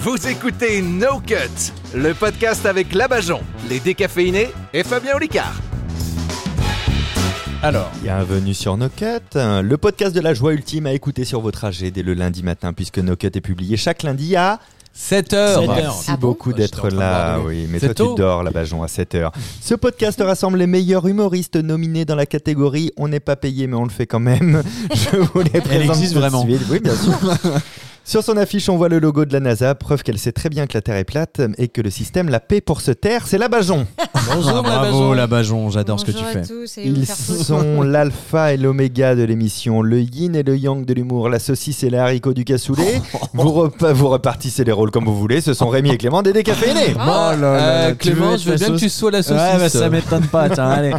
Vous écoutez No Cut, le podcast avec Labajon, les décaféinés et Fabien Olicard. Alors, Bienvenue sur No Cut, le podcast de la joie ultime à écouter sur vos trajets dès le lundi matin, puisque No Cut est publié chaque lundi à. 7 heures. Sept heures. Merci Ah bon beaucoup Moi, j'étais en d'être train de là. regarder. Oui, mais C'est toi, tôt. tu dors là-bas, Jean, à 7h. Ce podcast rassemble les meilleurs humoristes nominés dans la catégorie On n'est pas payé, mais on le fait quand même. Je vous les présente. existe tout de vraiment. suite. Oui, bien sûr. Sur son affiche, on voit le logo de la NASA, preuve qu'elle sait très bien que la Terre est plate et que le système la paie pour se taire. C'est la Bajon. Bonjour, bravo Labajon, j'adore ce que tu Bonjour fais. à tous et vous Ils faire foutre. sont l'alpha et l'oméga de l'émission, le yin et le yang de l'humour, la saucisse et les haricots du cassoulet. vous, repa- vous repartissez les rôles comme vous voulez, ce sont Rémi et Clément des décaféinés. Oh là Euh, Clément, je veux bien que tu sois la saucisse. Ouais, bah, ça m'étonne pas, tiens, allez.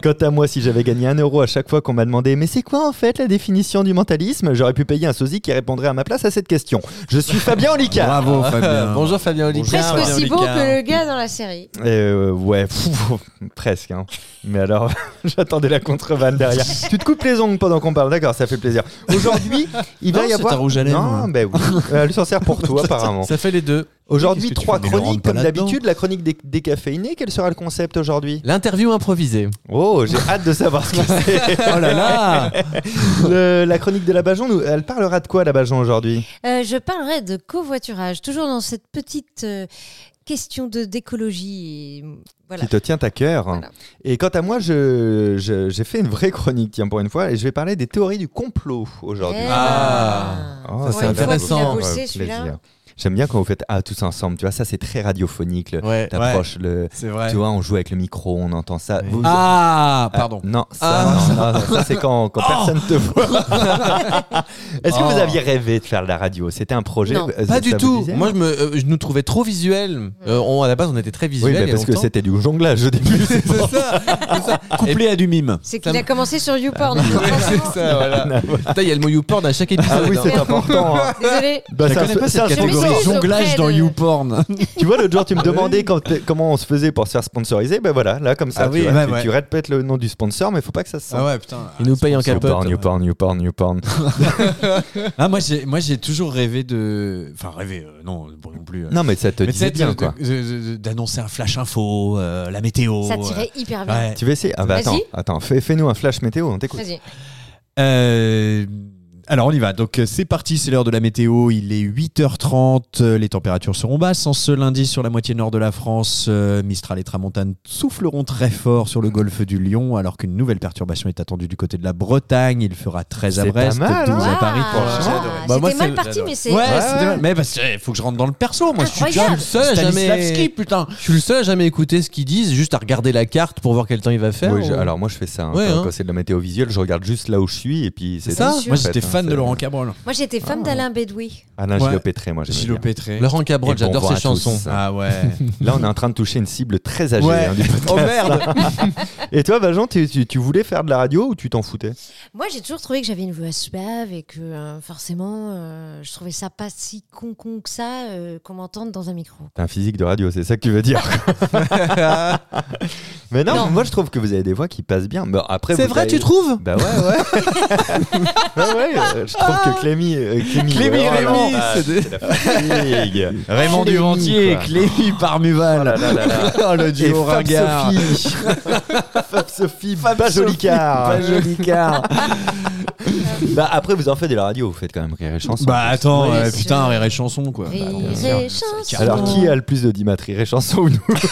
Quant à moi, si j'avais gagné un euro à chaque fois qu'on m'a demandé Mais c'est quoi en fait la définition du mentalisme J'aurais pu payer un sosie qui répondrait à ma place à cette question. Je suis Fabien Olicard. Bravo Fabien. Bonjour Fabien Olicard. Presque Fabien aussi beau Olicard. que le gars dans la série. Euh, ouais, pff, presque. hein. Mais alors, j'attendais la contrevanne derrière. tu te coupes les ongles pendant qu'on parle, d'accord, ça fait plaisir. Aujourd'hui, il va Non, y c'est avoir. un rouge à lèvres, Non, hein. ben oui. Euh, le sorcière pour tout, apparemment. Ça fait les deux. Aujourd'hui, Qu'est-ce que tu trois fais Mais Laurent, chroniques pas comme là-dedans. d'habitude. La chronique des décaféinée, quel sera le concept aujourd'hui L'interview improvisée. Oh, j'ai hâte de savoir ce que c'est. Oh là là Le- la chronique de la Bajon, nous- elle parlera de quoi la Bajon aujourd'hui Euh, je parlerai de covoiturage, toujours dans cette petite euh, question de d'écologie. et, euh, Voilà. Qui te tient à cœur. Voilà. Et quant à moi, je- je- j'ai fait une vraie chronique, tiens, pour une fois, et je vais parler des théories du complot aujourd'hui. Eh Ah. ben. Oh, Pour ça une va faire fois qu'il a intéressant. bossé, plaisir. celui-là. J'aime bien quand vous faites Ah, tous ensemble, tu vois, ça c'est très radiophonique. le- Ouais, T'approches le. c'est vrai. Tu vois, on joue avec le micro, on entend ça. Vous- Ah Ah, Pardon. Non, ça, Ah. non, non, non, ça, c'est quand, quand personne te voit. Est-ce que vous Oh. aviez rêvé de faire de la radio C'était un projet Non. euh, ça Pas du vous tout. disait Moi, je, me, euh, je nous trouvais trop Mm. visuels. Euh, on, à la base, on était très Oui, visuels. mais il y a parce que longtemps. c'était du jonglage au début. c'est C'est pour ça. Couplé à du mime. C'est Ça qu'il me- Ah, a commencé sur YouPorn. C'est ça, voilà. Putain, il y a le mot YouPorn à chaque épisode. Ah oui, hein. c'est important. hein. Désolé. Bah, Je c'est un- connais pas c'est un cette Je sponsor. catégorie m'excuse jonglage auprès dans de- YouPorn. Tu vois, l'autre jour, tu me demandais quand t'es- comment on se faisait pour se faire sponsoriser. Ben voilà, là, comme ça, Ah tu, oui, vois, ouais, tu- ouais. tu répètes le nom du sponsor, mais faut pas que ça se sente. Ah ouais, putain. Il nous paye en capote. Newporn, Newporn, Newporn, Newporn. Ah, moi, j'ai, moi, j'ai toujours rêvé de. Enfin, rêvé, euh, non, bon, non plus. euh. Non, mais ça te Mais tu sais, disait bien, de- quoi. de- de- de- d'annoncer un flash info, euh, la météo. Oh, Ça tirait hyper bien. Ouais. Tu veux essayer Ah bah attends, Vas-y. attends fais- fais-nous un flash météo, on t'écoute. Vas-y. Euh, alors on y va. Donc euh, c'est parti, c'est l'heure de la météo. Il est 8h30. euh, Les températures seront basses en ce lundi sur la moitié nord de la France. Euh, Mistral et Tramontane souffleront très fort sur le golfe du Lion, alors qu'une nouvelle perturbation est attendue du côté de la Bretagne. Il fera 13 à C'est pas Brest, mal, hein. 12 à Waouh. Paris. pour le J'ai Nord. adoré. Bah, moi, Ah, C'était mal c'est- parti, mais c'est. Ouais, Ouais, c'était ouais. mal. mais parce que euh, faut que je rentre dans le perso. Moi, je suis Incroyable. John Je suis le seul à jamais. Stanislavski, putain. Je suis le seul à jamais écouter ce qu'ils disent, juste à regarder la carte pour voir quel temps il va faire. Oui, je- ou- alors moi je fais ça. hein, Ouais, quand hein. quand c'est de la météo visuelle, je regarde juste là où je suis et puis c'est C'est ça tout, Moi, en fait, j'étais hein, fan de c'est- Laurent Cabrol, Moi, j'étais fan Ah. d'Alain Bédoui. Alain Ouais. Gilopétré, moi j'aime Gilles bien. Pétré. Laurent Cabrol, Et bon j'adore vent ses à chansons. tous. Ah ouais. Là, on est en train de toucher une cible très âgée Ouais. hein, du podcast. oh merde. Et toi, Valjean, tu, tu- tu voulais faire de la radio ou tu t'en foutais Moi, j'ai toujours trouvé que j'avais une voix suave et que euh, forcément, euh, je trouvais ça pas si con con que ça euh, qu'on m'entende dans un micro. T'es un physique de radio, c'est ça que tu veux dire Mais non, Non. moi je trouve que vous avez des voix qui passent bien. Bon, après, C'est vous vrai, avez- tu trouves Bah ouais, ouais. bah ouais, euh, je trouve que Clémy. euh, Clémy, Ah. Clémy, ouais, Rémy, oh là là, c'est- c'est la fatigue. Raymond Clémy, Duventier et quoi. Clémy Oh Parmuval. là là là là. Oh, le Et duo Fab ringard. Sophie. Fab Sophie, pas Sophie, joli car. Pas joli car. Bah après, vous en faites de la radio, vous faites quand même rire et chanson. bah attends, Oui, euh, c'est- putain, rire et chanson quoi. Rire Bah, et bien chanson. Alors, euh, qui a le plus de dimat Rire et chanson ou nous sûr.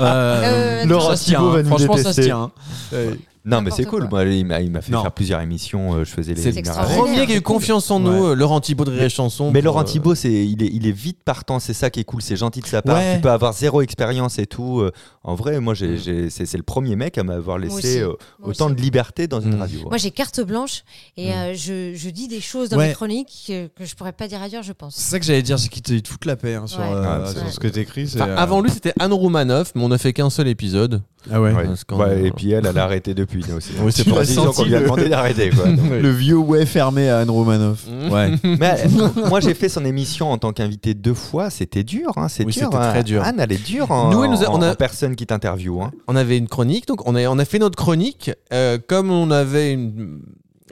Euh, Euh, Laurent ça se tient, Thibault va nous Franchement, ça se détester. hein. tient. Non, mais c'est N'importe cool. quoi. Moi, il m'a il m'a fait Non. faire plusieurs émissions. euh, Je faisais les C'est émissions extraordinaire. radio. Premier qui a eu confiance en nous, Ouais. euh, Laurent Thibault de Rire et Chanson. Mais pour, Laurent euh, Thibault, c'est, il, est, il est vite partant, c'est ça qui est cool, c'est gentil de sa part. Ouais. Tu peux avoir zéro expérience et tout. euh, En vrai, moi, Mm. j'ai, j'ai- c'est, c'est le premier mec à m'avoir laissé aussi. euh, Moi autant aussi. de liberté dans une Mm. radio. hein. ouais. Moi, j'ai carte blanche et euh, je, je dis des choses dans Ouais. mes chroniques que, que je pourrais pas dire ailleurs, je pense. C'est ça que j'allais dire, c'est qu'ils te ils te foutent la paix hein, sur, Ouais. euh, Ouais, Ah, c'est sur vrai. ce que t'écris. c'est, enfin, euh, Avant lui, c'était Anne Roumanoff, mais on n'a fait qu'un seul épisode. Ah ouais. Ouais. Parce qu'on- Ouais, et puis elle, elle a arrêté depuis. nous aussi. Oui, c'est Tu pas l'as senti senti qu'on lui a le- demandé d'arrêter. quoi. Donc, Le vieux ouais fermé à Anne Romanoff. Mmh. Mm. Ouais. Mais euh, moi, j'ai fait son émission en tant qu'invité deux fois. C'était dur. hein, c'est Oui, dur. c'était hein. très dur. Anne, elle est dure en, Nous, elle nous a- on en- a- en personne qui t'interviewe. hein. On avait une chronique, donc on a, on a fait notre chronique. Euh, comme on avait une-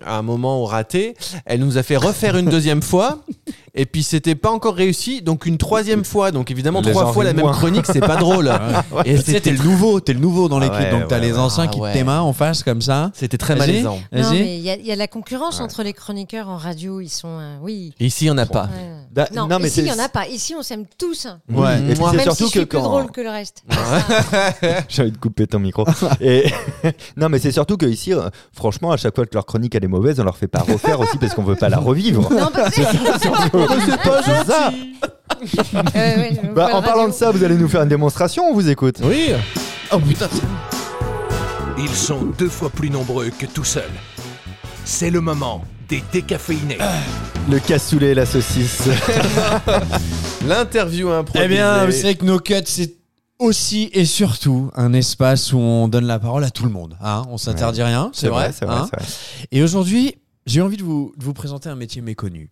à un moment raté, elle nous a fait refaire une deuxième fois. Et puis c'était pas encore réussi, donc une troisième fois. Donc évidemment, Les trois gens fois la rient même moins. chronique, c'est pas drôle. Et Et tu sais, t'es c'était le nouveau, t'es le nouveau dans l'équipe, Ah ouais, donc t'as ouais, les ouais. anciens Ah qui ouais. te mains en face comme ça. c'était très Vas-y. malaisant. Non, Vas-y. mais il y, a- il y a de la concurrence entre les chroniqueurs en radio. Ils sont. euh, oui. Et Ici, il y en a pas. Ouais. Da- Non, Bah, non, mais ici, il n'y c'est- en a pas. Ici, on s'aime tous. Ouais. Et puis Moi, c'est Même surtout si je que suis plus quand. drôle que le reste. J'ai envie de couper ton micro. Et... non, mais c'est surtout que ici, euh, franchement, à chaque fois que leur chronique elle est mauvaise, on leur fait pas refaire aussi parce qu'on veut pas la revivre. Non, parce que- c'est pas ça. Euh, ouais, on voit Bah, la en parlant radio. de ça, vous allez nous faire une démonstration, on vous écoute. Oui. Oh putain. Ils sont deux fois plus nombreux que tout seul. C'est le moment des décaféinés. Ah. Le cassoulet et la saucisse. L'interview improvisée. Eh bien, vous savez que No Cut, c'est aussi et surtout un espace où on donne la parole à tout le monde. hein. on s'interdit rien, c'est vrai. c'est vrai, hein. c'est vrai. Et aujourd'hui, j'ai envie de vous, de vous présenter un métier méconnu.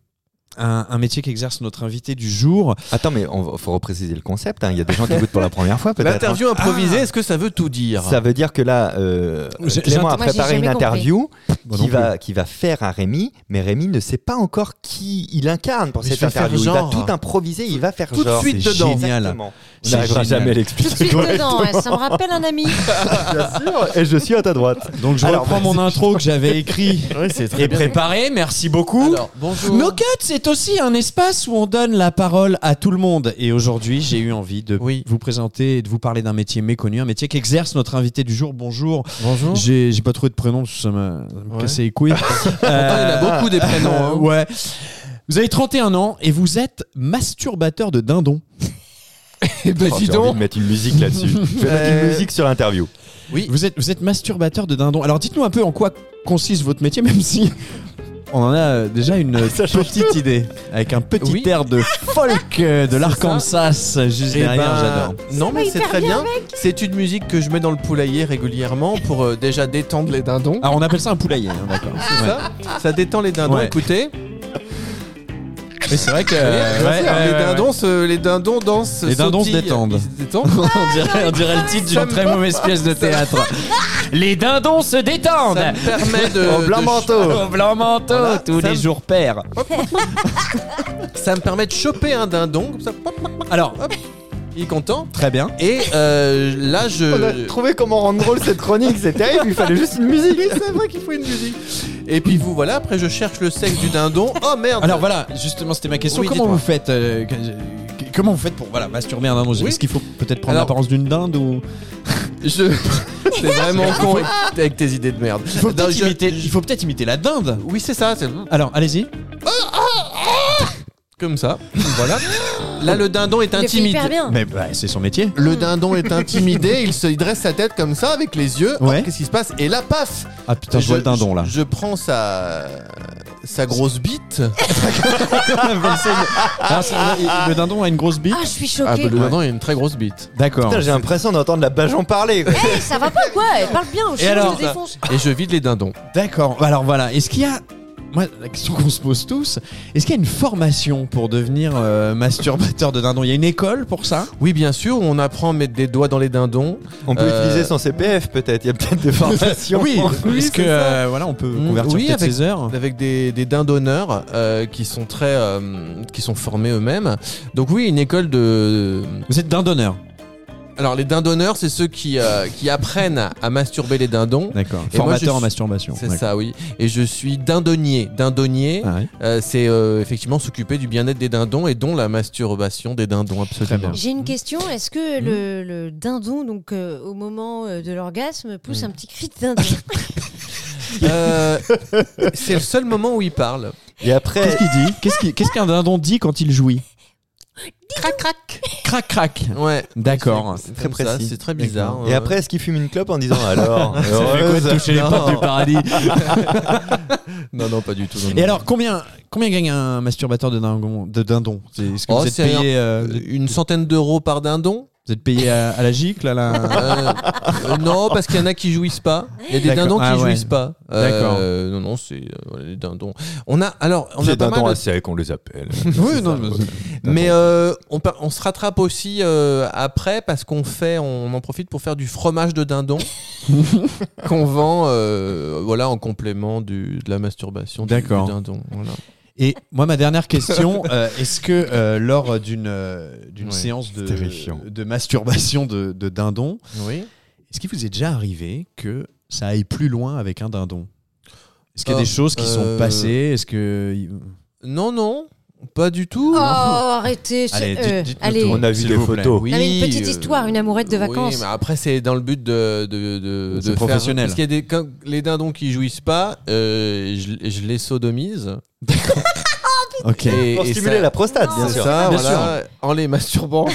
Un, un métier qu'exerce notre invité du jour. Attends, mais on va- faut repréciser le concept. hein. Il y a des gens qui écoutent pour la première fois, peut-être. hein. L'interview improvisée, est-ce que ça veut tout dire Ça veut dire que là, euh, J'ai- Clément a j'attends- Moi, j'ai préparé une jamais compris. interview Moi non qui va, qui va faire à Rémi, mais Rémi ne sait pas encore qui il incarne pour Mais cette je vais faire interview. Il va genre. tout improviser, il va faire Tout de genre. suite c'est dedans. génial. Exactement. On C'est n'arrivera génial. jamais à Tout de l'expliquer. suite dedans, ouais, ça me rappelle un ami. Bien sûr, et je suis à ta droite. Donc je Alors, reprends mon intro que j'avais écrit et préparé. Merci Ah beaucoup. Alors, bonjour. No Cut, c'est aussi un espace où on donne la parole à tout le monde. Et aujourd'hui, j'ai eu envie de Oui. vous présenter et de vous parler d'un métier méconnu, un métier qu'exerce notre invité du jour. Bonjour. Bonjour. J'ai j'ai pas trouvé de prénom, ça m'a ça m'a Ouais. cassé les couilles. Attends, Ah, il y en a beaucoup des prénoms. Euh, hein. ouais. Vous avez 31 ans et vous êtes masturbateur de dindons. Eh ben, Oh, dis j'ai envie donc. Euh, de mettre une musique là-dessus. Je vais mettre une musique sur l'interview. Oui. Vous êtes, vous êtes masturbateur de dindons. Alors dites-nous un peu en quoi consiste votre métier, même si on en a euh, déjà une petite idée. Avec un petit Oui. air de folk euh, de l'Arkansas juste Eh derrière, ben, j'adore. Non, mais c'est très bien. C'est une musique que je mets dans le poulailler régulièrement pour euh, déjà détendre les dindons. Alors on appelle ça un poulailler, hein, d'accord. C'est Ouais. ça Ça détend les dindons, Ouais. écoutez. Mais c'est vrai que euh, ouais, ouais, les, ouais, dindons se- les dindons dansent. Les dindons se sautillent, détendent. ils se détendent. ouais. on, dirait, on dirait le titre Ça d'une me- très mauvaise pièce de théâtre. Les dindons se détendent Ça me permet euh, de. Au blanc de- manteau. au blanc manteau Voilà, tous ça les me- jours pairs. Ça me permet de choper un dindon, comme ça, Alors, il est content. très bien. Et euh, là, On a je. trouvé comment rendre drôle cette chronique, c'est terrible, il fallait juste une musique. C'est vrai qu'il faut une musique. Et puis vous voilà, après je cherche le sexe du dindon. Oh merde Alors voilà, justement, c'était ma question. Oui, comment dites-moi. vous faites euh, que- que- Comment vous faites pour voilà masturber un dindon Oui. Est-ce qu'il faut peut-être prendre Alors- l'apparence d'une dinde ou Je. T'es vraiment con avec, avec tes idées de merde. il faut, Non, peut-être je- imiter, il faut peut-être imiter la dinde. Oui, c'est ça, c'est Alors, allez-y. comme ça. Voilà. Là, le dindon est Il le fait intimidé. hyper bien. Mais bah, c'est son métier. Le dindon est intimidé, il se il dresse sa tête comme ça avec les yeux. Ouais. Ah, Qu'est-ce qui se passe Et là, paf Ah putain, je, vois le dindon là. Je, je prends sa sa grosse bite. Ah, c'est- ah, c'est- le, le dindon a une grosse bite. Ah, je suis Ah, bah, choquée. le dindon il a une très grosse bite. D'accord. Putain, j'ai l'impression d'entendre la Bajon parler. quoi. Eh, ça va pas ou quoi Eh, Parle bien, je Et alors, te défonce. Et je vide les dindons. D'accord. Alors voilà, est-ce qu'il y a moi, la question qu'on se pose tous, est-ce qu'il y a une formation pour devenir euh, masturbateur de dindon Il y a une école pour ça Oui, bien sûr, on apprend à mettre des doigts dans les dindons. On peut Euh, utiliser son CPF peut-être, il y a peut-être des formations. Oui, oui, parce que c'est ça. euh, voilà, on peut Mm, convertir oui, peut-être avec- ses heures. avec des, des dindonneurs euh, qui sont très euh, qui sont formés eux-mêmes. Donc oui, une école de Vous êtes dindonneur. alors les dindonneurs, c'est ceux qui euh, qui apprennent à masturber les dindons. D'accord. Et moi, je Formateur en suis- masturbation. C'est D'accord. ça, oui. Et je suis dindonnier. Dindonnier, Ah ouais. euh, c'est euh, effectivement s'occuper du bien-être des dindons et dont la masturbation des dindons, absolument. bien. J'ai une question. Est-ce que le, Hmm. le dindon, donc euh, au moment euh, de l'orgasme, pousse Hmm. un petit cri de dindon Euh, c'est le seul moment où il parle. Et après, Qu'est-ce qu'il dit Qu'est-ce qu'il- qu'est-ce qu'un dindon dit quand il jouit Crac, crac. Crac crac. Ouais. D'accord. C'est Très comme ça, précis. C'est très bizarre. et Ouais. après est-ce qu'il fume une clope en disant alors heureuse Toucher les Non. portes du paradis. Non, non, pas du tout. non, non. Et alors combien combien gagne un masturbateur de dindon de dindon C'est- Est-ce que Oh, vous êtes c'est payé euh, vous êtes- Une centaine d'euros par dindon vous êtes payé à, à la gicle à la Euh, euh, non, parce qu'il y en a qui jouissent pas. Il y a des D'accord. dindons qui Ah ouais. jouissent pas. Euh, D'accord. Non, non, c'est euh, voilà, les dindons. On a alors, on a C'est pas d'un mal ton de- à sec, on les appelle. Oui, non, mais- mais euh, on, par- on se rattrape aussi euh, après parce qu'on fait, on en profite pour faire du fromage de dindon qu'on vend, euh, voilà, en complément du, de la masturbation du, D'accord. du dindon. voilà. Et moi, ma dernière question, euh, est-ce que euh, lors d'une euh, d'une Ouais, séance de, terrifiant. de masturbation de, de dindon, Oui. est-ce qu'il vous est déjà arrivé que ça aille plus loin avec un dindon Est-ce qu'il y a Oh, des choses qui sont euh, passées Est-ce que Non, non, pas du tout. Oh, arrêtez. c'est- Allez, dites- euh, dites-le allez. tout. On a vu S'il des vous plaît. photos. Oui, Non, mais une petite euh, histoire, une amourette de vacances. Oui, mais après, c'est dans le but de. de, de, C'est de faire- professionnel. parce qu'il y a des, quand les dindons qui jouissent pas, euh, je, je les sodomise. Ok. Et, Pour et stimuler ça- la prostate, bien c'est sûr. ça, Bien voilà, en les masturbant.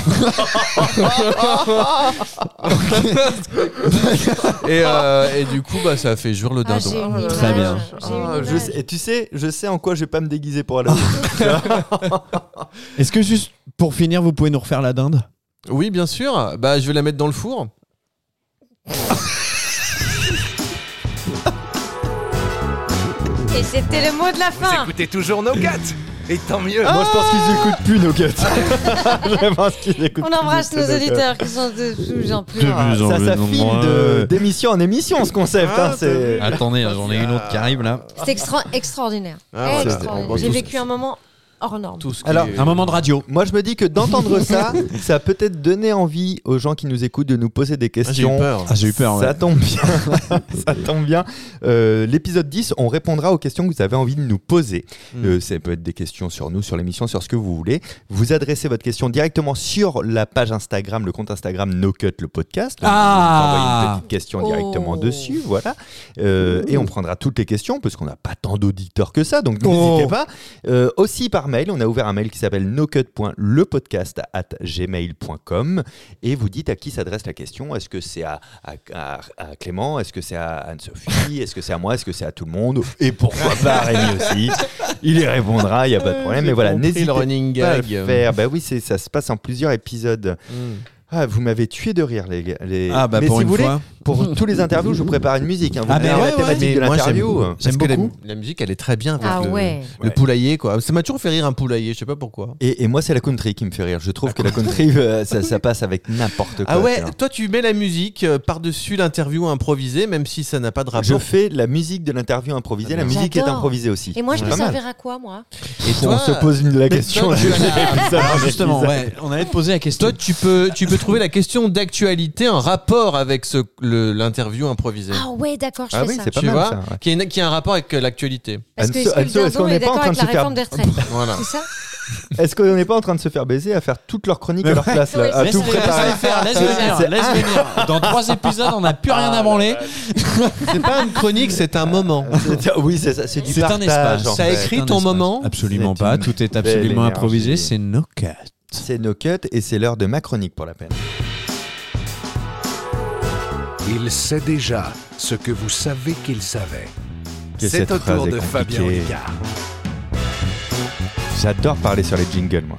et, euh, et du coup, bah, ça fait jour le Ah, dindon. j'ai une Très image, bien. j'ai Ah, une je image. sais- et tu sais, je sais en quoi je vais pas me déguiser pour aller. Est-ce que juste pour finir, vous pouvez nous refaire la dinde Oui, bien sûr. Bah, je vais la mettre dans le four. Et c'était le mot de la Vous fin. écoutez toujours nos gâtes Et tant mieux Ah Ah. Moi, je pense qu'ils écoutent plus nos guts. je pense qu'ils écoutent On plus embrasse nos nos guts. auditeurs qui sont de plus en plus. De rares. plus en- Ça, ça Non, file moi, de- euh, d'émission en émission ce concept. Ah, hein, c'est- Attendez, j'en ai une autre qui arrive là. C'est extra- extraordinaire. Ah, voilà. Extraordinaire. On voit J'ai tout- vécu un moment hors norme. Tout ce qui Alors, est- Un moment de radio. Moi, je me dis que d'entendre ça, ça a peut-être donné envie aux gens qui nous écoutent de nous poser des Ah, j'ai eu questions. peur. Ah, j'ai eu peur. Ça Ouais. tombe bien. ça tombe bien. Euh, L'épisode 10, on répondra aux questions que vous avez envie de nous poser. Hmm. Euh, ça peut être des questions sur nous, sur l'émission, sur ce que vous voulez. Vous adressez votre question directement sur la page Instagram, le compte Instagram No Cut le podcast. Donc, Ah. Vous envoyez une petite question Oh. directement dessus, voilà. Euh, et on prendra toutes les questions parce qu'on n'a pas tant d'auditeurs que ça, donc Oh. n'hésitez pas. Euh, aussi par mail, on a ouvert un mail qui s'appelle nocut.lepodcast at gmail.com et vous dites à qui s'adresse la question. Est-ce que c'est à, à- à- à Clément Est-ce que c'est à Anne-Sophie Est-ce que c'est à moi Est-ce que c'est à tout le monde Et pourquoi pas Rémi aussi Il y répondra, il n'y a pas de problème. Mais voilà, Compris n'hésitez le pas running à le gag. faire. Bah oui, c'est- ça se passe en plusieurs épisodes. Mm. Ah, vous m'avez tué de rire, les gars. les- Ah, bah mais pour si une vous voulez, fois. pour tous les interviews, je vous prépare une musique. hein. Vous Ah, mais prenez ouais, la ouais. thématique Mais de moi, j'aime- l'interview. J'aime Parce que la- beaucoup. La, musique, elle est très bien. avec Ah le, ouais. le Ouais. poulailler, quoi. Ça m'a toujours fait rire un poulailler, je sais pas pourquoi. Et, et moi, c'est la country qui me fait rire. Je trouve que la country, euh, ça, ça passe avec n'importe quoi. Ah ouais, tiens. toi tu mets la musique euh, par-dessus l'interview improvisée, même si ça n'a pas de Je rapport. fais la musique de l'interview improvisée. Ah, La musique est J'adore. improvisée aussi. Et moi, je C'est peux pas mal. servir à quoi, moi Et On toi, se pose une, la question. toi, tu as la- Ah, justement, ouais, on allait te poser la question. toi, tu peux, tu peux trouver la question d'actualité en rapport avec ce- le- l'interview improvisée. Ah ouais, d'accord, je Ah fais oui, ça. c'est pas tu mal. vois ça, ouais. qui, est- qui a un rapport avec euh, l'actualité. Parce que est-ce que Anso- le Anso, est-ce dindon qu'on n'est est pas en d'accord train de avec la se faire- réforme des retraites Voilà. C'est ça Est-ce qu'on n'est pas en train de se faire baiser à faire toute leur chronique à leur place là, à Laisse tout les- préparer laisse les faire, laisse C'est- venir, c'est- laisse venir. Dans trois épisodes, on n'a plus Ah rien à branler. C'est pas une chronique, c'est un moment. C'est- Oui, c'est ça, c'est du C'est un partage. espace. en Ça fait. écrit C'est un ton moment Absolument C'est pas. une Tout est belle absolument énergie. improvisé. C'est no cut. C'est no cut et c'est l'heure de ma chronique pour la peine. Il sait déjà ce que vous savez qu'il savait. Que C'est cette au phrase tour est de Fabien compliquée. Olicard. J'adore parler sur les jingles, moi.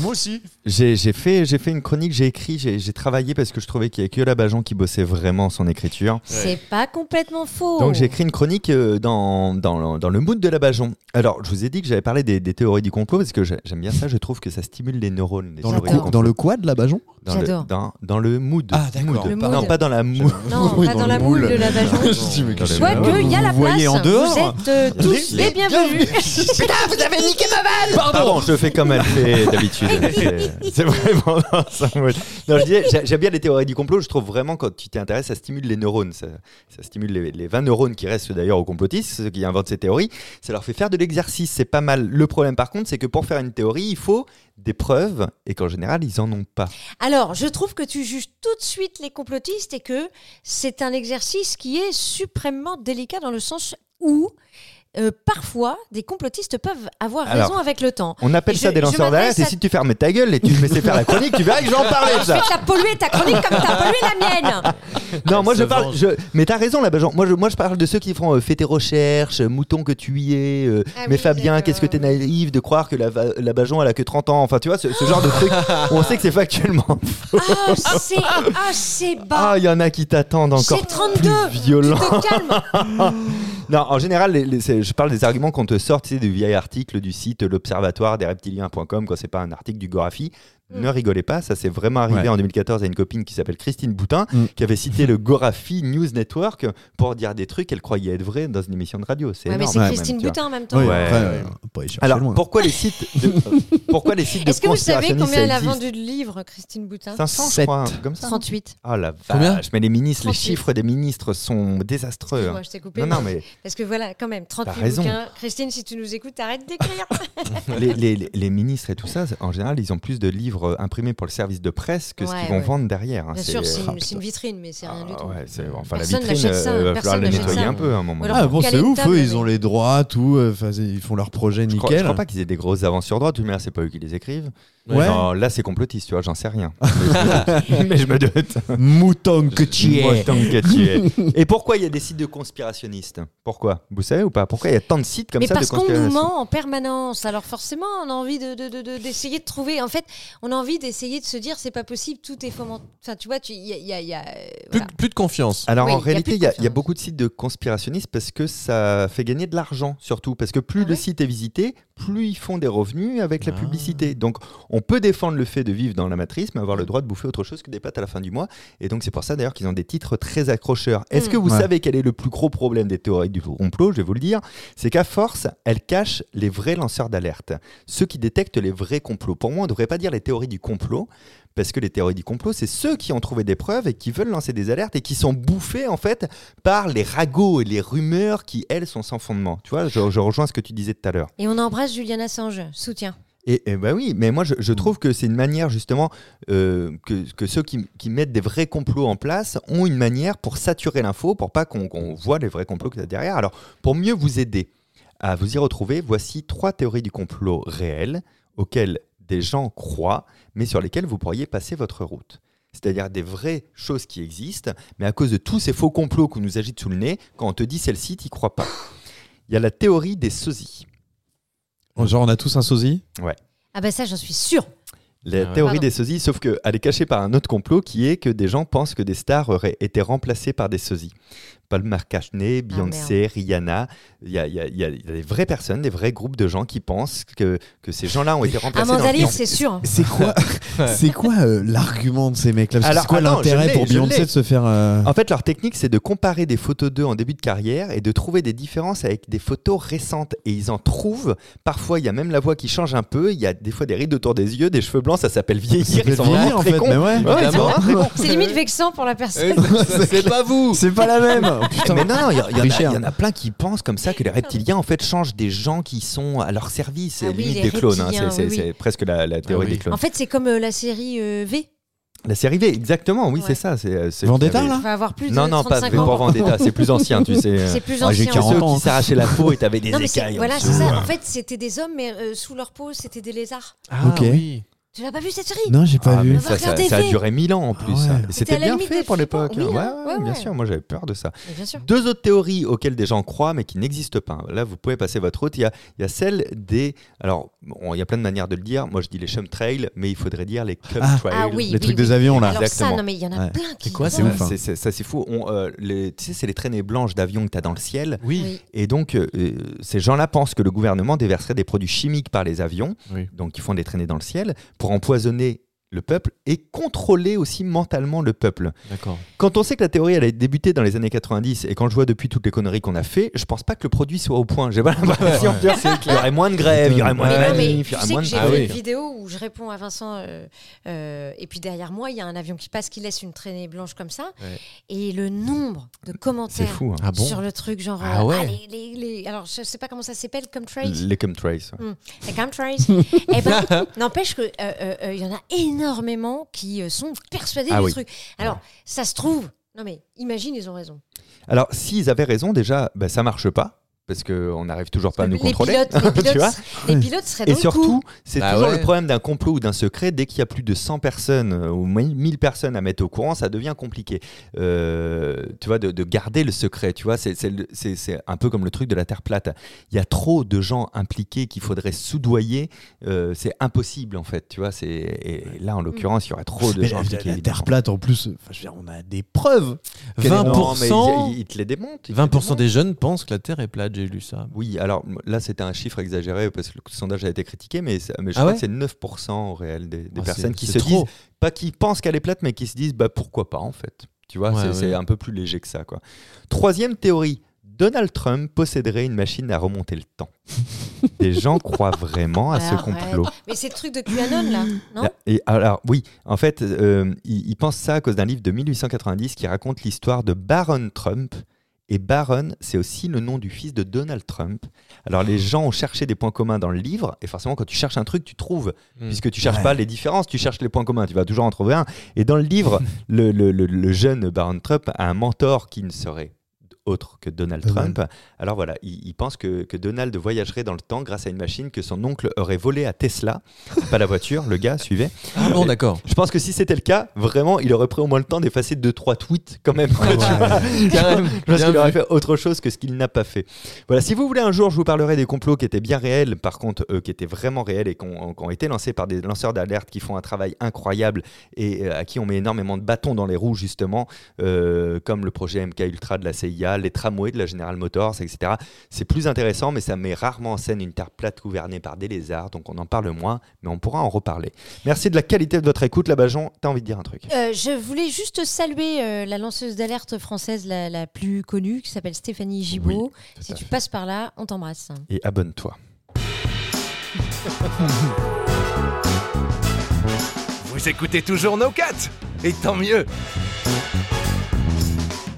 Moi aussi. J'ai j'ai fait, j'ai fait une chronique, j'ai écrit, j'ai j'ai travaillé parce que je trouvais qu'il y avait que la Bajon qui bossait vraiment son écriture. C'est pas complètement faux. Donc Oh. j'ai écrit une chronique euh, dans, dans, dans le mood de la Bajon. Alors je vous ai dit que j'avais parlé des, des théories du complot parce que j'ai- j'aime bien ça, je trouve que ça stimule les neurones. les Dans le, théories du J'adore. cou- complot. dans le quad, là, Bajon dans le, J'adore. dans, dans le mood. Ah, d'accord. Le Non, mood. pas dans la moule. Non, Oui, pas dans dans le la moule. moule de la vagin. Soit Vous que il y a la vous voyez place. en dehors. Vous êtes euh, tous les bienvenus. Putain, vous avez niqué ma balle Pardon, Ah je fais comme elle fait d'habitude. C'est- C'est vraiment dans sa mode. Non, je disais, j'a- j'aime bien les théories du complot. Je trouve vraiment quand tu t'intéresses, ça stimule les neurones. Ça, ça stimule les, les 20 neurones qui restent d'ailleurs aux complotistes, ceux qui inventent ces théories. Ça leur fait faire de l'exercice. C'est pas mal. Le problème, par contre, c'est que pour faire une théorie, il faut des preuves et qu'en général, ils en ont pas. Alors, je trouve que tu juges tout de suite les complotistes et que c'est un exercice qui est suprêmement délicat dans le sens où euh, parfois des complotistes peuvent avoir Alors, raison avec le temps. On appelle Et ça je- des je lanceurs m'adresse d'alerte. Et à- si tu fermes ta gueule et tu me laissais faire la chronique, tu verras que je vais en parler de Je ça. vais te la polluer ta chronique comme t'as pollué la mienne. Non, moi se je parle. venge. Je... Mais t'as raison là, Bajan. Moi je, moi je parle de ceux qui font euh, fais tes recherches, euh, mouton que tu y es. euh, Ah mais oui, Fabien, d'accord. qu'est-ce que t'es naïf de croire que la, va- la Bajon elle a que 30 ans. Enfin, tu vois, ce, ce genre de truc. on sait que c'est factuellement. Ah, c'est ah, c'est bas. Ah, il y en a qui t'attendent encore. c'est 32. plus violent. Tu te calmes. Non, en général, les- les- c'est- je parle des arguments qu'on te sort, tu sais, du vieil article du site l'observatoire des reptiliens.com quand c'est pas un article du Gorafi. Hmm. Ne rigolez pas, ça s'est vraiment arrivé Ouais. en 2014 à une copine qui s'appelle Christine Boutin, Mm. qui avait cité le Gorafi News Network pour dire des trucs qu'elle croyait être vrais dans une émission de radio. C'est Ouais, mais énorme. hein, c'est Ouais, Christine même, tu vois. Boutin en même temps. Oui, Ouais. après, euh, on peut aller chercher Alors, loin. pourquoi les sites de, euh, pourquoi les sites de Est-ce que vous savez conspirationnistes, combien elle ça a existe vendu hein de livres, Christine Boutin 500, je Sept. crois, comme ça. 38. Ah la Combien vache, mais les ministres, les 38. chiffres des ministres sont désastreux. Moi, je t'ai coupé. hein. Non, non, mais Parce que voilà, quand même, 38 raison. Ah, bouquins. Christine, si tu nous écoutes, arrête d'écrire. les, les- les- les ministres et tout ça, en général, ils ont plus de livres imprimés pour le service de presse que ce Ouais, qu'ils vont ouais. vendre derrière. hein. Bien C'est- sûr, c'est Ah, une, putain. c'est une vitrine, mais c'est rien du Ah, tout. ouais, c'est- enfin, la Personne vitrine, n'achète ça, euh, va personne falloir la n'achète nettoyer ça. un peu hein, à un moment. Voilà. Ah bon, Caler c'est une ouf, table, eux, mais- ils ont les droits, tout, euh, enfin, c'est- ils font leur projet Je crois, je nickel. crois pas qu'ils aient des grosses avances sur droit, mais là, c'est pas eux qui les écrivent. Ouais. Non, là, c'est complotiste, tu vois, j'en sais rien. mais je me doute. Mouton que tu Moi, es. tant que tu es. Et pourquoi il y a des sites de conspirationnistes Pourquoi Vous savez ou pas Pourquoi il y a tant de sites comme Mais ça de parce qu'on nous conspirationnistes ment en permanence. Alors forcément, on a envie de, de- de- de- d'essayer de trouver. En fait, on a envie d'essayer de se dire, c'est pas possible, tout est fomenté. Enfin, tu vois, tu- il y a... il y a- il y a, euh, Plus, voilà. plus de confiance. Alors Oui, en il y a réalité, plus il de y, a- il y a confiance. beaucoup de sites de conspirationnistes parce que ça fait gagner de l'argent surtout. Parce que plus Ah le ouais site est visité, plus ils font des revenus avec la Ah. publicité. Donc on peut défendre le fait de vivre dans la matrice, mais avoir le droit de bouffer autre chose que des pâtes à la fin du mois. Et donc c'est pour ça d'ailleurs qu'ils ont des titres très accrocheurs. Est-ce Mm. que vous Ouais. savez quel est le plus gros problème des théories du complot Je vais vous le dire. C'est qu'à force, elles cachent les vrais lanceurs d'alerte. Ceux qui détectent les vrais complots. Pour moi, on ne devrait pas dire les théories du complot. Parce que les théories du complot, c'est ceux qui ont trouvé des preuves et qui veulent lancer des alertes et qui sont bouffés en fait par les ragots et les rumeurs qui elles sont sans fondement. Tu vois, je, je rejoins ce que tu disais tout à l'heure. Et on embrasse Julian Assange. Soutien. Et, et bah oui, mais moi je, je trouve que c'est une manière justement euh, que, que ceux qui, qui mettent des vrais complots en place ont une manière pour saturer l'info, pour pas qu'on qu'on voit les vrais complots qu'il y a derrière. Alors pour mieux vous aider à vous y retrouver, voici trois théories du complot réelles auxquelles des gens croient, mais sur lesquelles vous pourriez passer votre route. C'est-à-dire des vraies choses qui existent, mais à cause de tous ces faux complots qu'on nous agite sous le nez, quand on te dit celle-ci, t'y crois pas. Il y a la théorie des sosies. Genre, on a tous un sosie Ah ben ça, j'en suis sûre. Bah, La Ah ouais. théorie Pardon. des sosies, sauf qu'elle est cachée par un autre complot qui est que des gens pensent que des stars auraient été remplacées par des sosies. Paul Ah, McCartney, Beyoncé, Rihanna, il y a, il y a- il y a- il y a des vraies personnes, des vrais groupes de gens qui pensent que, que ces gens-là ont été remplacés dans Amanda le Lear, temps. c'est sûr. hein. C'est quoi, c'est quoi euh, l'argument de ces mecs-là Parce que Alors, C'est quoi attends, je l'intérêt l'ai, pour je Beyoncé l'ai. Ah, de se faire. euh, En fait, leur technique, c'est de comparer des photos d'eux en début de carrière et de trouver des différences avec des photos récentes. Et ils en trouvent. Parfois, il y a même la voix qui change un peu. Il y a des fois des rides autour des yeux, des cheveux blancs. Ça s'appelle ça vieillir. peut Ils sont devenir, vraiment en très fait, cons. mais ouais. Ouais, ils sont Évidemment. Eh vraiment très cons. C'est limite vexant pour la personne. c'est pas vous C'est pas la même Oh, Putain. Mais non, non, il y, a- il y en a- Richard. il y en a plein qui pensent comme ça que les reptiliens en fait changent des gens qui sont à leur service, Ah C'est oui, limite des les clones. hein. reptiliens, C'est- c'est oui, c'est presque la, la théorie Ah oui. des clones. En fait, c'est comme euh, la série euh, V. La série V, exactement, oui, Ouais. c'est ça. c'est- euh, c'est- Vendetta, il y là On va avoir plus de Non, non, pas 35 V pour euh, ans. Vendetta, c'est plus ancien, tu sais. C'est plus Ah, j'ai ancien. 40 Ceux ans. qui s'arrachaient la peau et t'avais des hein. Non, mais c'est- écailles. hein. en voilà, dessous. c'est ça. En fait, c'était des hommes, mais euh, sous leur peau, c'était des lézards. Ah Ok. oui. Tu l'as pas vu cette série Non, j'ai pas Ah, vu. mais On va ça, ça, regarder ça a V. duré mille ans en plus. Ah ouais. Et C'était à C'était la bien limite fait des pour l'époque. flippants, oui, Ouais, hein. ouais, Ouais, bien ouais. sûr, moi j'avais peur de ça. Mais Bien sûr. Deux autres théories auxquelles des gens croient mais qui n'existent pas. Là, vous pouvez passer votre route. Il y a, il y a celle des. Alors, bon, il y a plein de manières de le dire. Moi, je dis les chumtrails, mais il faudrait dire les cumtrails. Ah oui, Les oui, oui. trucs des avions, là. Alors Exactement. ça, non mais il y en a Ouais. plein qui. C'est quoi, y c'est vont. ouf, hein. C'est- c'est- ça, c'est fou. On, euh, les- tu sais, c'est les traînées blanches d'avions que tu as dans le ciel. Oui. Oui. Et donc, euh, ces gens-là pensent que le gouvernement déverserait des produits chimiques par les avions, Oui. donc ils font des traînées dans le ciel, pour empoisonner le peuple et contrôler aussi mentalement le peuple. D'accord. Quand on sait que la théorie elle a débuté dans les années 90 et quand je vois depuis toutes les conneries qu'on a fait, je pense pas que le produit soit au point. J'ai pas l'impression Ouais, tu vois. Il y aurait moins de grèves, il y aurait moins de Mais non, mais manifs, il y tu aurait sais moins que de. j'ai Ah vu oui. une vidéo où je réponds à Vincent euh, euh, et puis derrière moi il y a un avion qui passe qui laisse une traînée blanche comme ça Ouais. et le nombre de C'est commentaires fou. hein. Ah bon sur le truc genre Ah euh, ouais. les- les- les- alors je sais pas comment ça s'appelle comme trace Les chemtrails. ouais. les chemtrails. Eh ben, n'empêche que euh, euh, euh, il y en a énormément qui euh, sont persuadés Ah du oui. truc. Alors ça se trouve, non mais imagine ils ont raison. Alors, s'ils avaient raison, déjà, bah, ça marche pas. Parce qu'on n'arrive toujours pas à nous les contrôler. pilotes, tu les pilotes, vois les pilotes seraient dans Et le coup. surtout, c'est Bah toujours ouais. le problème d'un complot ou d'un secret. Dès qu'il y a plus de 100 personnes euh, ou 1000 personnes à mettre au courant, ça devient compliqué. Euh, tu vois, de, de garder le secret, tu vois, c'est- c'est le- c'est c'est un peu comme le truc de la Terre plate. Il y a trop de gens impliqués qu'il faudrait soudoyer. euh, c'est impossible, en fait, tu vois. c'est- Et, et là, en Mm. l'occurrence, il y aurait trop de Mais gens la, impliqués. la Terre évidemment. plate, en plus, enfin, je veux dire, on a des preuves. Non, mais 20%, ils, ils te les démontent. ils te les 20% démontent. des jeunes pensent que la Terre est plate. fait, j'ai lu ça. Oui, alors m- là, c'était un chiffre exagéré parce que le sondage a été critiqué, mais, c'est- mais je Ah crois que ouais c'est 9% au réel des, des Ah, c'est- personnes qui se c'est disent, trop. pas qui pensent qu'elle est plate, mais qui se disent, bah pourquoi pas en fait. Tu vois, Ouais, c'est ouais. c'est un peu plus léger que ça. Quoi. Troisième théorie, Donald Trump posséderait une machine à remonter le temps. des gens croient vraiment à ce Arrête. complot. Mais c'est le truc de QAnon, là, non Et alors, oui, en fait, euh, il, il pense ça à cause d'un livre de 1890 qui raconte l'histoire de Baron Trump. Et Baron, c'est aussi le nom du fils de Donald Trump. Alors, les Oh. gens ont cherché des points communs dans le livre, et forcément, quand tu cherches un truc, tu trouves. Mm. Puisque tu cherches pas les différences, tu cherches les points communs, tu vas toujours en trouver un. Et dans le livre, le, le- le- le jeune Baron Trump a un mentor qui ne serait autre que Donald Donald. Trump. Alors voilà, il, il pense que, que Donald voyagerait dans le temps grâce à une machine que son oncle aurait volée à Tesla. pas la voiture, le gars, suivez. Ah bon, d'accord. Je pense que si c'était le cas, vraiment, il aurait pris au moins le temps d'effacer deux trois tweets quand même. Ouais, ouais. Carrément. Je pense Bien qu'il aurait vu. fait autre chose que ce qu'il n'a pas fait. Voilà, si vous voulez un jour, je vous parlerai des complots qui étaient bien réels, par contre, eux, qui étaient vraiment réels et qui ont, qui ont été lancés par des lanceurs d'alerte qui font un travail incroyable et euh, à qui on met énormément de bâtons dans les roues, justement, euh, comme le projet MK Ultra de la CIA, les tramways de la General Motors, etc. C'est plus intéressant, mais ça met rarement en scène une terre plate gouvernée par des lézards, donc on en parle moins, mais on pourra en reparler. Merci de la qualité de votre écoute, là Bajon, t'as envie de dire un truc Euh, je voulais juste saluer euh, la lanceuse d'alerte française la, la plus connue qui s'appelle Stéphanie Gibault. si à tu passes par là, on t'embrasse. Et abonne-toi. Vous écoutez toujours nos quatre Et tant mieux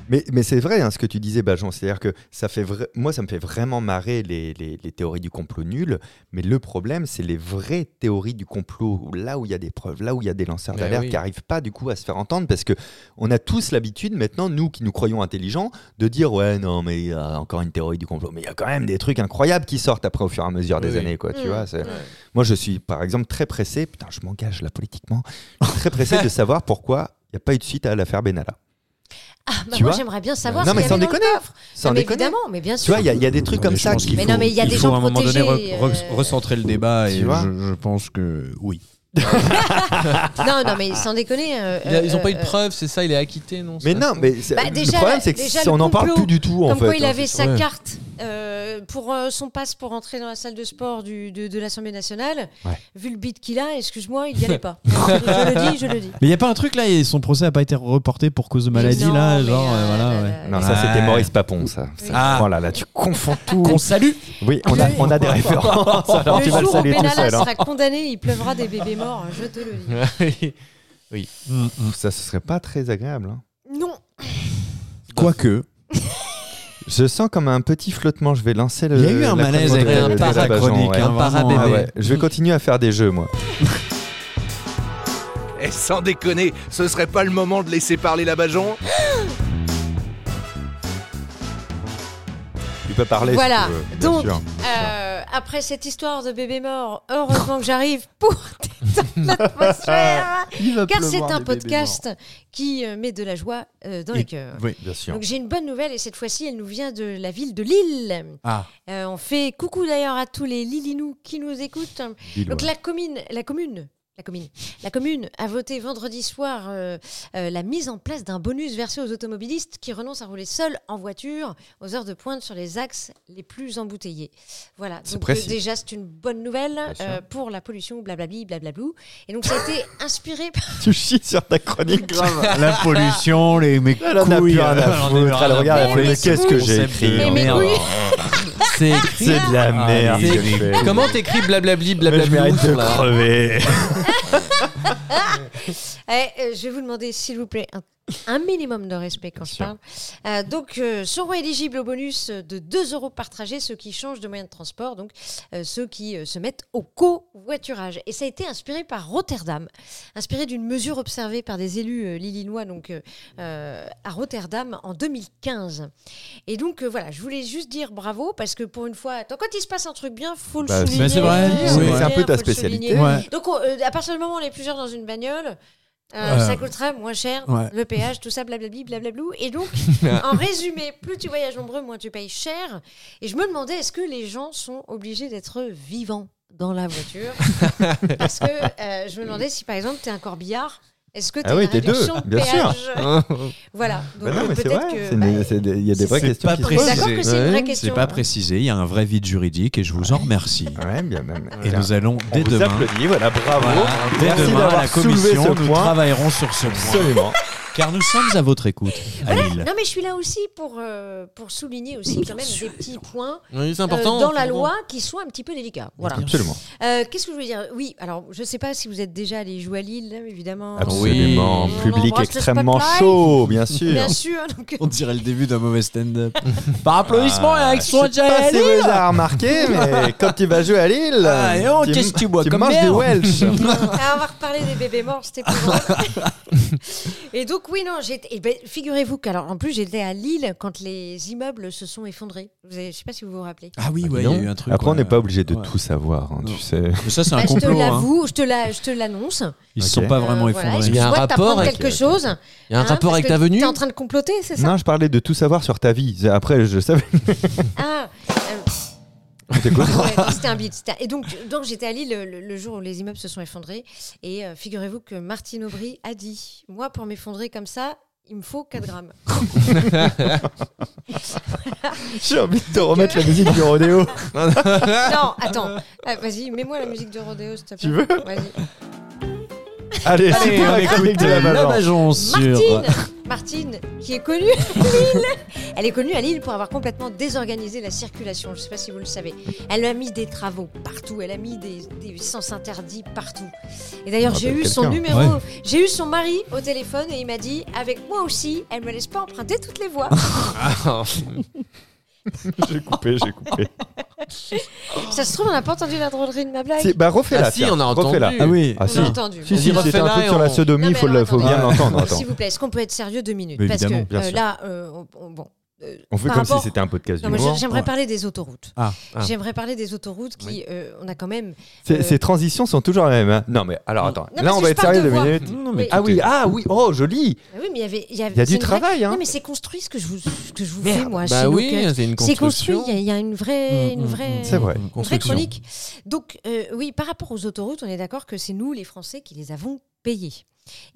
Mais, mais c'est vrai hein, ce que tu disais, Bajon. C'est-à-dire que ça fait vra- moi, ça me fait vraiment marrer les, les- les théories du complot nulles. Mais le problème, c'est les vraies théories du complot, où- là où il y a des preuves, là où il y a des lanceurs Mais d'alerte Ben oui. qui n'arrivent pas du coup à se faire entendre. Parce que on a tous l'habitude maintenant, nous qui nous croyons intelligents, de dire Ouais, non, mais il y a encore une théorie du complot. Mais il y a quand même des trucs incroyables qui sortent après au fur et à mesure des Oui. années. Quoi, tu Mm. vois, c'est- Ouais. Moi, je suis par exemple très pressé, putain, je m'engage là politiquement, je suis très pressé de savoir pourquoi il n'y a pas eu de suite à l'affaire Benalla. Ah, bah Tu moi vois j'aimerais bien savoir Non, ce mais qu'il y sans avait dans le déconner. coffre. Sans Non, mais déconner. Évidemment, mais bien Tu sûr. vois, il y, a- il y a des trucs Non, comme mais je ça pense qui qu'il Mais non, faut- mais il y a il des faut gens à un moment donné protégés, re- re- euh, recentrer le débat Tu et vois je, je pense que oui. Non, non, mais sans déconner. euh, Il a- ils n'ont euh, pas eu de euh, preuve, c'est ça, il est acquitté, non Mais ça non, mais c'est- Bah, le déjà, problème c'est que déjà, si le on n'en parle complot, plus du tout en Comme fait. quoi il hein, avait c'est- sa ouais. carte euh, pour euh, son passe pour entrer dans la salle de sport du- de, de l'Assemblée nationale. Ouais. Vu le beat qu'il a, excuse-moi, il n'y allait pas. je, le dis, je le dis. Mais il n'y a pas un truc là, et son procès n'a pas été reporté pour cause de maladie Non, là, mais, genre, euh, euh, voilà. là, ouais. là, Non, là. ça c'était Ouais. Maurice Papon, ça. Ça- Ah. Oh là là, tu confonds tout. On salue Oui, on a, on a des références. Alors tu le vas le jour où saluer tout Benalla seul. hein. sera condamné, il pleuvra des bébés morts, je te le dis. Ça, ce serait pas très agréable. hein. Non, Quoique, Je sens comme un petit flottement. Je vais lancer le. il y a eu un euh, la malaise avec chrono- de- de- de- de- de- de- la de- de- de- de- de- de- de- de- parachronique. ouais. hein, Un vraiment, parabébé. hein. Ah ouais, je vais continuer à faire des jeux, moi. Et sans déconner, ce serait pas le moment de laisser parler la Bajon Tu peux parler. si Voilà. tu veux, bien Donc, sûr. euh, après cette histoire de bébé mort, heureusement que j'arrive pour détendre l'atmosphère, car c'est un podcast qui euh, met de la joie euh, dans Et- les cœurs. Oui, bien sûr. Donc j'ai une bonne nouvelle et cette fois-ci elle nous vient de la ville de Lille. Ah. Euh, on fait coucou d'ailleurs à tous les Lilinoux qui nous écoutent. Dis-le. Donc la commune, la commune, la commune, la commune a voté vendredi soir euh, euh, la mise en place d'un bonus versé aux automobilistes qui renoncent à rouler seuls en voiture aux heures de pointe sur les axes les plus embouteillés. Voilà. C'est Donc précis. euh, déjà c'est une bonne nouvelle sûr. euh, pour la pollution, blablabli, blablablou. Et donc ça a été inspiré par Tu chies sur ta chronique grave. La pollution, les mecs. Elle en a plus rien à foutre. Elle regarde, elle Mais fait oui, Mais qu'est-ce que oui. j'ai écrit Mais hein. mes merde. couilles. C'est écrit. C'est de la Ah, merde. mais ce que c'est- je fais. Comment t'écris Mais blablabli, je blablabli mérite de là crever. Eh, euh, je vais vous demander, s'il vous plaît, un, un minimum de respect quand je parle. Euh, donc, euh, seront éligibles au bonus de 2 euros par trajet ceux qui changent de moyen de transport, donc euh, ceux qui euh, se mettent au covoiturage. Et ça a été inspiré par Rotterdam, inspiré d'une mesure observée par des élus euh, lilinois donc, euh, euh, à Rotterdam en 2015. Et donc, euh, voilà, je voulais juste dire bravo parce que pour une fois, attends, quand il se passe un truc bien, faut le Bah, souligner. mais c'est faut vrai, le oui. souligner, C'est un peu faut ta le spécialité. souligner. Ouais. Donc, on- euh, à partir du moment où on est plusieurs dans une bagnole, euh, Euh, ça coûtera moins cher, ouais. le péage, tout ça, blablabli, blablablou. Et donc, en résumé, plus tu voyages nombreux, moins tu payes cher. Et je me demandais, est-ce que les gens sont obligés d'être vivants dans la voiture Parce que euh, je me demandais si, par exemple, tu es un corbillard. Est-ce que tu as Ah oui, une t'es deux, réduction de bien sûr. péage Voilà. Donc Bah non, euh, mais c'est peut-être vrai, que. c'est une- c'est des- il y a des vraies C'est questions pas qui se on est précisé. posent. d'accord que c'est une vraie Ouais, question. hein. C'est pas précisé, il y a un vrai vide juridique et je vous en remercie. Ouais, bien, bien, bien. Et nous allons On dès vous demain. applaudit, voilà, bravo. Voilà, dès Merci demain, à d'avoir la soulevé commission, ce nous point. travaillerons sur ce point. Absolument. Car nous sommes à votre écoute, à Lille. Non, mais je suis là aussi pour, euh, pour souligner aussi quand même des petits points Oui, c'est euh, important. dans la c'est important. loi qui sont un petit peu délicats. Voilà. Absolument. Euh, Qu'est-ce que je voulais dire Oui, alors je ne sais pas si vous êtes déjà allé jouer à Lille, là, évidemment. Absolument. Oui. On Public embrasse le extrêmement spotlight. chaud, bien sûr. Bien sûr. Donc, On dirait le début d'un mauvais stand-up. Par applaudissement et Ah, action Je sais pas si vous les avez remarqués, mais quand tu vas jouer à Lille, Ah, et oh, tu, qu'est-ce que tu bois tu comme manges merde du Welsh. Ah, on va reparler des bébés morts, c'était pour Et donc, oui, non, j'étais- eh ben, figurez-vous qu'alors, en plus, j'étais à Lille quand les immeubles se sont effondrés. Vous avez- Je ne sais pas si vous vous rappelez. Ah oui, ouais, il y a eu un truc. Après, on ouais. n'est pas obligé de Ouais. tout savoir, hein, Non. tu sais. Mais ça, c'est un Bah, je te complot. hein. l'avoue, je te la- je te l'annonce. Ils se Ok. sont pas vraiment Euh, voilà, effondrés. Il y a un excuse-moi de t'apprendre rapport avec- quelque chose. hein, Il y a un rapport avec ta venue Tu es en train de comploter, c'est ça Non, je parlais de tout savoir sur ta vie. Après, je savais. Ah, euh, C'était quoi Ouais, non, c'était un beat. c'était un- Et donc, donc j'étais à Lille le, le- le jour où les immeubles se sont effondrés. Et euh, figurez-vous que Martine Aubry a dit Moi, pour m'effondrer comme ça, il me faut 4 grammes. J'ai envie de te remettre la musique du rodéo. non, attends. Ah, Vas-y, mets-moi la musique de Rodeo, s'il te plaît. Tu veux Vas-y. Allez, Allez, super on chronique écoute de la la Valence. Bajon sur. euh, Martine Martine, qui est connue à Lille. Elle est connue à Lille pour avoir complètement désorganisé la circulation. Je ne sais pas si vous le savez. Elle a mis des travaux partout. Elle a mis des, des sens interdits partout. Et d'ailleurs, On j'ai rappelle eu son Ah, bah, quelqu'un. numéro. Ouais. J'ai eu son mari au téléphone et il m'a dit Avec moi aussi, elle me laisse pas emprunter toutes les voies. J'ai coupé, j'ai coupé. Ça se trouve, on n'a pas entendu la drôlerie de ma blague. Si, bah, refais-la. Ah si, tiens, on a entendu. refais-la. Ah oui. Ah On si. a entendu. Si, Vas-y, si, c'était un refais-la truc et sur la on- sodomie, Non, il mais faut, le- alors, faut bien attends. l'entendre. Attends. S'il vous plaît, est-ce qu'on peut être sérieux deux minutes Mais Parce que évidemment, bien euh, sûr. là, euh, on- on- bon. euh, On fait par comme rapport- si c'était un podcast Non, du mais moment. j'aimerais parler des autoroutes. Ah, ah. J'aimerais parler des autoroutes qui, euh, on a quand même. Ces, Euh, ces transitions sont toujours les mêmes. hein. Non, mais alors attends. Là, Non, parce on que va je être parle sérieux deux de voix. minutes. Non, mais- Ah oui, ah oui, oh joli. Ah oui, mais il y avait. Il y, avait- Il y a c'est du une vraie- travail. Hein. Non, mais c'est construit ce que je vous, ce que je vous fais, moi. chez Bah nous, oui, que- c'est une c'est construit. construction. Il y a- il y, a une vraie, Mm, une mm, vraie, mm. Mmh, C'est vrai. une vraie chronique. Donc, euh, oui, par rapport aux autoroutes, on est d'accord que c'est nous, les Français, qui les avons payées.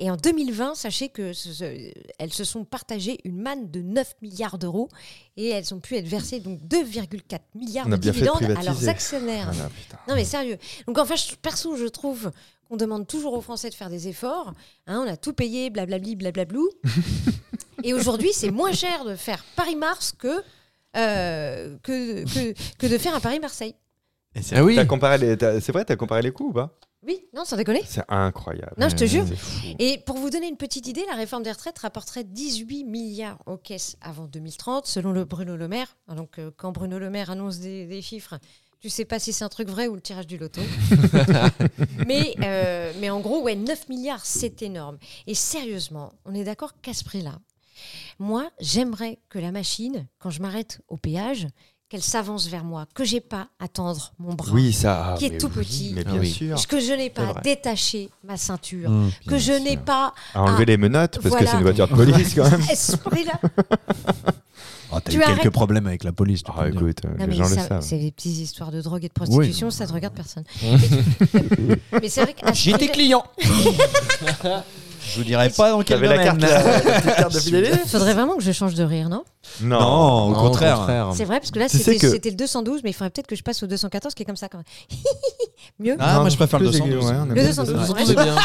Et en 2020, sachez que ce- ce- elles se sont partagées une manne de 9 milliards d'euros et elles ont pu être versées donc 2,4 milliards On a de bien fait de dividendes à privatiser. leurs actionnaires. Ah, non, putain. Non mais sérieux. Donc enfin, je- perso, je trouve qu'on demande toujours aux Français de faire des efforts. Hein, on a tout payé, blablabli, blablablou. Et aujourd'hui, c'est moins cher de faire Paris-Mars que, euh, que, que, que de faire un Paris-Marseille. Ah oui. T'as comparé les- t'as- C'est vrai, t'as comparé les coûts ou pas Oui, non, sans déconner. C'est incroyable. Non, je te jure. C'est fou. Et pour vous donner une petite idée, la réforme des retraites rapporterait 18 milliards aux caisses avant 2030, selon le Bruno Le Maire. Ah, Donc, euh, quand Bruno Le Maire annonce des, des chiffres, tu sais pas si c'est un truc vrai ou le tirage du loto. mais, euh, mais en gros, ouais, 9 milliards, c'est énorme. Et sérieusement, on est d'accord qu'à ce prix-là, moi, j'aimerais que la machine, quand je m'arrête au péage, qu'elle s'avance vers moi, que j'ai pas à tendre mon bras, Oui, ça. ah, Qui est mais tout oui, petit. Mais Ah bien oui. sûr. que je n'ai pas vrai. à détacher ma ceinture, Hum. que je n'ai sûr. pas À enlever Ah, les menottes, parce que voilà. c'est une voiture de police quand même. à ce prix-là. Ah, t'as Tu eu quelques arrêtes- problèmes avec la police. tu Ah, peux me dire. écoute, euh, Non, les mais gens le ça, savent. C'est des petites histoires de drogue et de prostitution, ça ne regarde personne. mais c'est vrai que. J'ai tes clients. Je vous dirai pas dans quel T'avais la domaine. carte, la- la petite carte de fidélité Il faudrait vraiment que je change de rire, non Non, au Non, contraire. C'est vrai, parce que là, Tu sais c'était que- c'était le 212, mais il faudrait peut-être que je passe au 214, qui est comme ça quand même. Mieux Ah, moi je préfère le plus aigu- 212. ouais, on aime Le bien 212. Surtout, Ouais. c'est bien.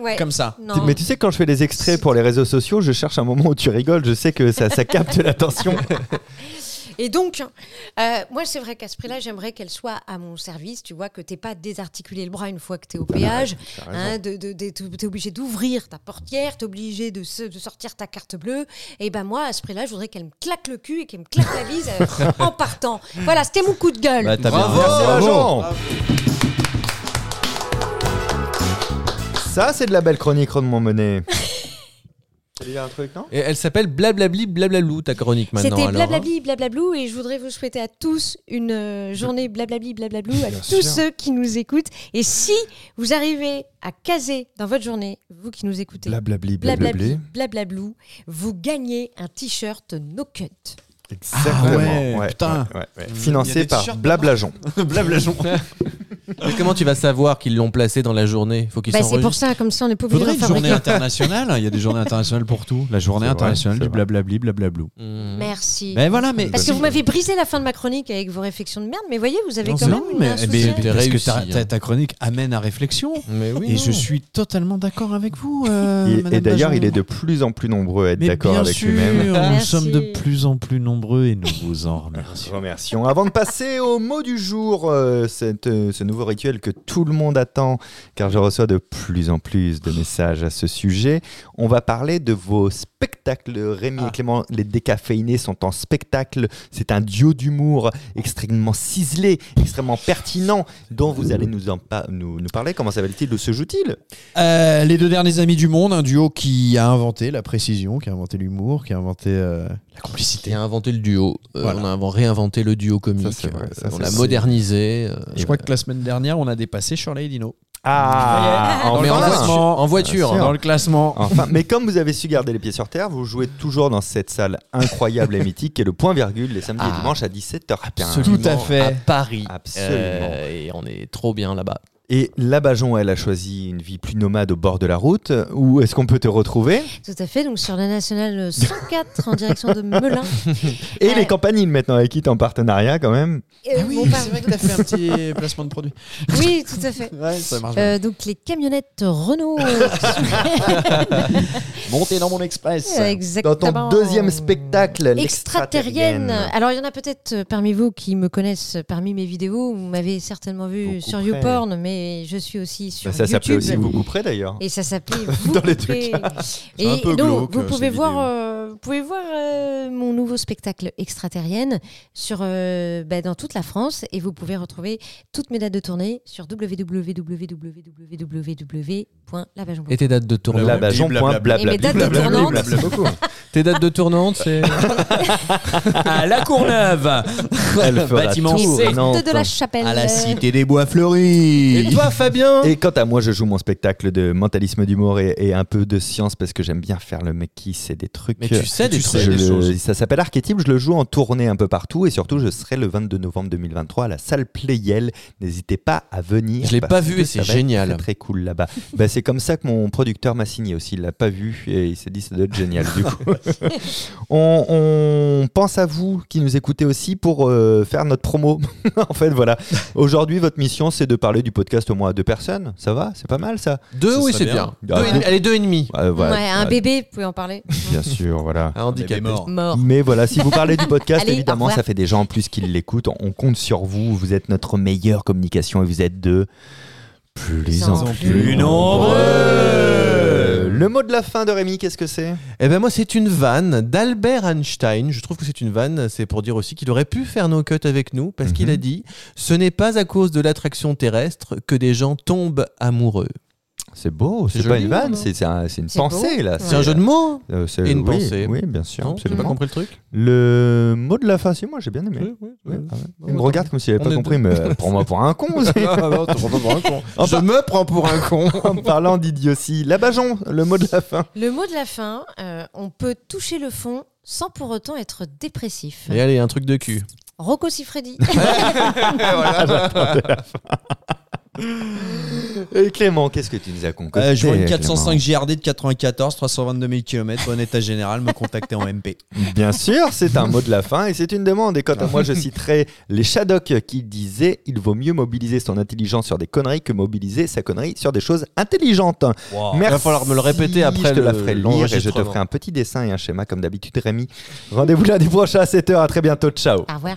Ouais. Comme ça. Non. Ah, Mais tu sais, quand je fais les extraits pour les réseaux sociaux, je cherche un moment où tu rigoles. Je sais que ça, ça capte l'attention. Et donc, euh, moi, c'est vrai qu'à ce prix-là, j'aimerais qu'elle soit à mon service, tu vois, que t'aies pas désarticulé le bras une fois que t'es au Ah, péage, T'as raison. Hein, de, de- de- t'es- t'es obligé d'ouvrir ta portière, t'es obligé de, se- de sortir ta carte bleue. Et ben moi, à ce prix-là, je voudrais qu'elle me claque le cul et qu'elle me claque la bise euh, en partant. Voilà, c'était mon coup de gueule. Bah, t'as bien- Bravo. Merci, Bravo. Valjean. Ça, c'est de la belle chronique, Romain Monet. Tu veux dire un truc, non Et elle s'appelle Blablabli Blablalou, ta chronique maintenant. C'était alors, hein. blablabli, blablablou, et je voudrais vous souhaiter à tous une euh, journée blablabli, blablablou, à tous ceux qui nous écoutent. Et si vous arrivez à caser dans votre journée, vous qui nous écoutez, Blablabli, blablabli, blablablou, vous gagnez un t-shirt no cut. Exactement. Ah ouais, putain. ouais, ouais. Il y a Financé des par t-shirts Blablajon. Blablajon. Mais comment tu vas savoir qu'ils l'ont placé dans la journée Faut qu'ils Bah, c'est pour s'enregistrent. ça, comme ça, on n'est pas obligé Faudrait d'en une journée fabriquer. internationale. Il y a des journées internationales pour tout. La C'est journée vrai, internationale c'est du vrai. blablabli, blablablou. Mmh. Merci. Mais voilà, mais. Parce que vous m'avez brisé la fin de ma chronique avec vos réflexions de merde, mais voyez, vous avez Non, quand c'est- même non, une mais, mais- eh insouciance. T'es parce que réussi, ta, hein. ta- ta chronique amène à réflexion. Mais oui. Et je non. suis totalement d'accord avec vous. euh, Et- Et, Madame d'ailleurs, Bajon. il est de plus en plus nombreux à être Mais d'accord bien avec sûr, lui-même. Nous Merci. sommes de plus en plus nombreux et nous vous en remercions. Remercions. Avant de passer au mot du jour, euh, cette, euh, ce nouveau rituel que tout le monde attend, car je reçois de plus en plus de messages à ce sujet, on va parler de vos spectacles. Rémi Ah. et Clément, les décaféinés sont en spectacle. C'est un duo d'humour extrêmement ciselé, extrêmement pertinent, dont vous allez nous, en pa- nous, nous parler. Comment s'appelle-t-il Où se joue-t-il Euh, les deux derniers amis du monde, un duo qui a inventé la précision, qui a inventé l'humour, qui a inventé euh, la Et complicité. a inventé le duo. Euh, Voilà. On a invent- réinventé le duo Ça, comique. c'est vrai. Ça, Euh, on c'est- l'a c'est- modernisé. euh, Je crois que la semaine dernière, on a dépassé Shirley et Dino. Ah, mais en enfin voiture. En voiture. Bien sûr. Dans le classement. Enfin, mais comme vous avez su garder les pieds sur terre, vous jouez toujours dans cette salle incroyable et mythique qui est le point virgule les samedis Ah. et dimanches à 17h15. Absolument, Tout à fait. À Paris. Absolument. Euh, et on est trop bien là-bas. Et la Bajon, elle a choisi une vie plus nomade au bord de la route. Où est-ce qu'on peut te retrouver Tout à fait, donc sur la nationale 104 en direction de Melun. Et Ouais. les campaniles maintenant avec qui t'es en partenariat quand même Euh, Ah bon, pardon. que t'as fait un petit placement de produit. Oui, tout à fait. Ouais, ça marche. Euh, donc les camionnettes Renault. Montez dans mon express. Dans euh, ton Exactement. deuxième spectacle, Extraterrienne. l'extraterrienne. Alors, il y en a peut-être euh, parmi vous qui me connaissent euh, parmi mes vidéos. Vous m'avez certainement vu Vous sur couperez. YouPorn, mais je suis aussi sur Bah, ça s'appelait YouTube. aussi Vous couperez d'ailleurs. Et ça s'appelait Dans les Couperez. deux Et un peu donc, glauque, vous euh, pouvez ces voir, vidéos. euh, vous pouvez voir euh, mon nouveau spectacle extraterrienne sur, euh, bah, dans toute la France. Et vous pouvez retrouver toutes mes dates de tournée sur www.labajon.com. Et tes dates de tournante La Bajon. point Et mes dates de blablabla. tournante. Blablabla beaucoup. Tes dates de tournante, c'est. à la Courneuve. Elle fera Bâtiment tout. C. Porte Nantes. de la Chapelle. Euh, À la Cité des Bois Fleuris. Et toi, Fabien Et quant à moi, je joue mon spectacle de mentalisme d'humour et, et un peu de science parce que j'aime bien faire le mec qui sait des trucs. Mais tu sais des Je trucs. le- des choses. ça s'appelle Archétype, je le joue en tournée un peu partout et surtout je serai le 22 novembre 2023 à la salle Playel. N'hésitez pas à venir. Je l'ai parce pas vu que et ça c'est va être génial. Très, très cool là-bas. bah, c'est comme ça que mon producteur m'a signé aussi. Il l'a pas vu et il s'est dit ça doit être génial du coup. on, on pense à vous qui nous écoutez aussi pour euh, faire notre promo. en fait, voilà. Aujourd'hui, votre mission c'est de parler du podcast au moins à deux personnes. Ça va C'est pas mal ça Deux, Ça oui, serait c'est bien. bien. Ah, Deux et oui. demi- Elle est deux et demi. Euh, voilà. Ouais, un bébé, vous pouvez en parler. Bien sûr, voilà. Un handicapé. Mort. Mais voilà, si vous parlez du podcast, Allez, au évidemment, revoir. ça fait des gens en plus qui l'écoutent. On compte sur vous. Vous êtes notre meilleure communication et vous êtes de plus en, plus, nombreux. Le mot de la fin de Rémi, qu'est-ce que c'est Eh ben moi c'est une vanne d'Albert Einstein. Je trouve que c'est une vanne, c'est pour dire aussi qu'il aurait pu faire nos cuts avec nous parce qu'il Mhm. a dit "Ce n'est pas à cause de l'attraction terrestre que des gens tombent amoureux." C'est beau, c'est C'est pas joli, une vanne, non c'est c'est un- c'est une C'est pensée là. C'est un jeu de mots Euh, c'est- et une oui, pensée. Oui, bien sûr. Non, j'ai absolument. pas compris le truc. Le mot de la fin, si moi j'ai bien aimé. Oui, ah ouais. Il me attends. regarde comme s'il avait On pas est compris, mais euh, prends-moi pour un con. c'est- Ah, non, tu me prends pour un con. Je me prends pour un con. en parlant d'idiotie, la Bajon, le mot de la fin. Le mot de la fin, euh, on peut toucher le fond sans pour autant être dépressif. Et allez, un truc de cul. Rocco Siffredi. Et Euh, Clément, qu'est-ce que tu nous as concocté Euh, je vois une Clément 405 JRD de 94, 322 000 km, bon état général, me contacter en MP. Bien sûr, c'est un mot de la fin et c'est une demande. Et quant à moi, je citerai les Shadocks qui disaient il vaut mieux mobiliser son intelligence sur des conneries que mobiliser sa connerie sur des choses intelligentes. Il Merci. va falloir me le répéter après Je te la le- ferai lire et je te l'enregistrement. ferai un petit dessin et un schéma comme d'habitude, Rémi. Rendez-vous lundi prochain à 7h. À très bientôt. Ciao. Au revoir.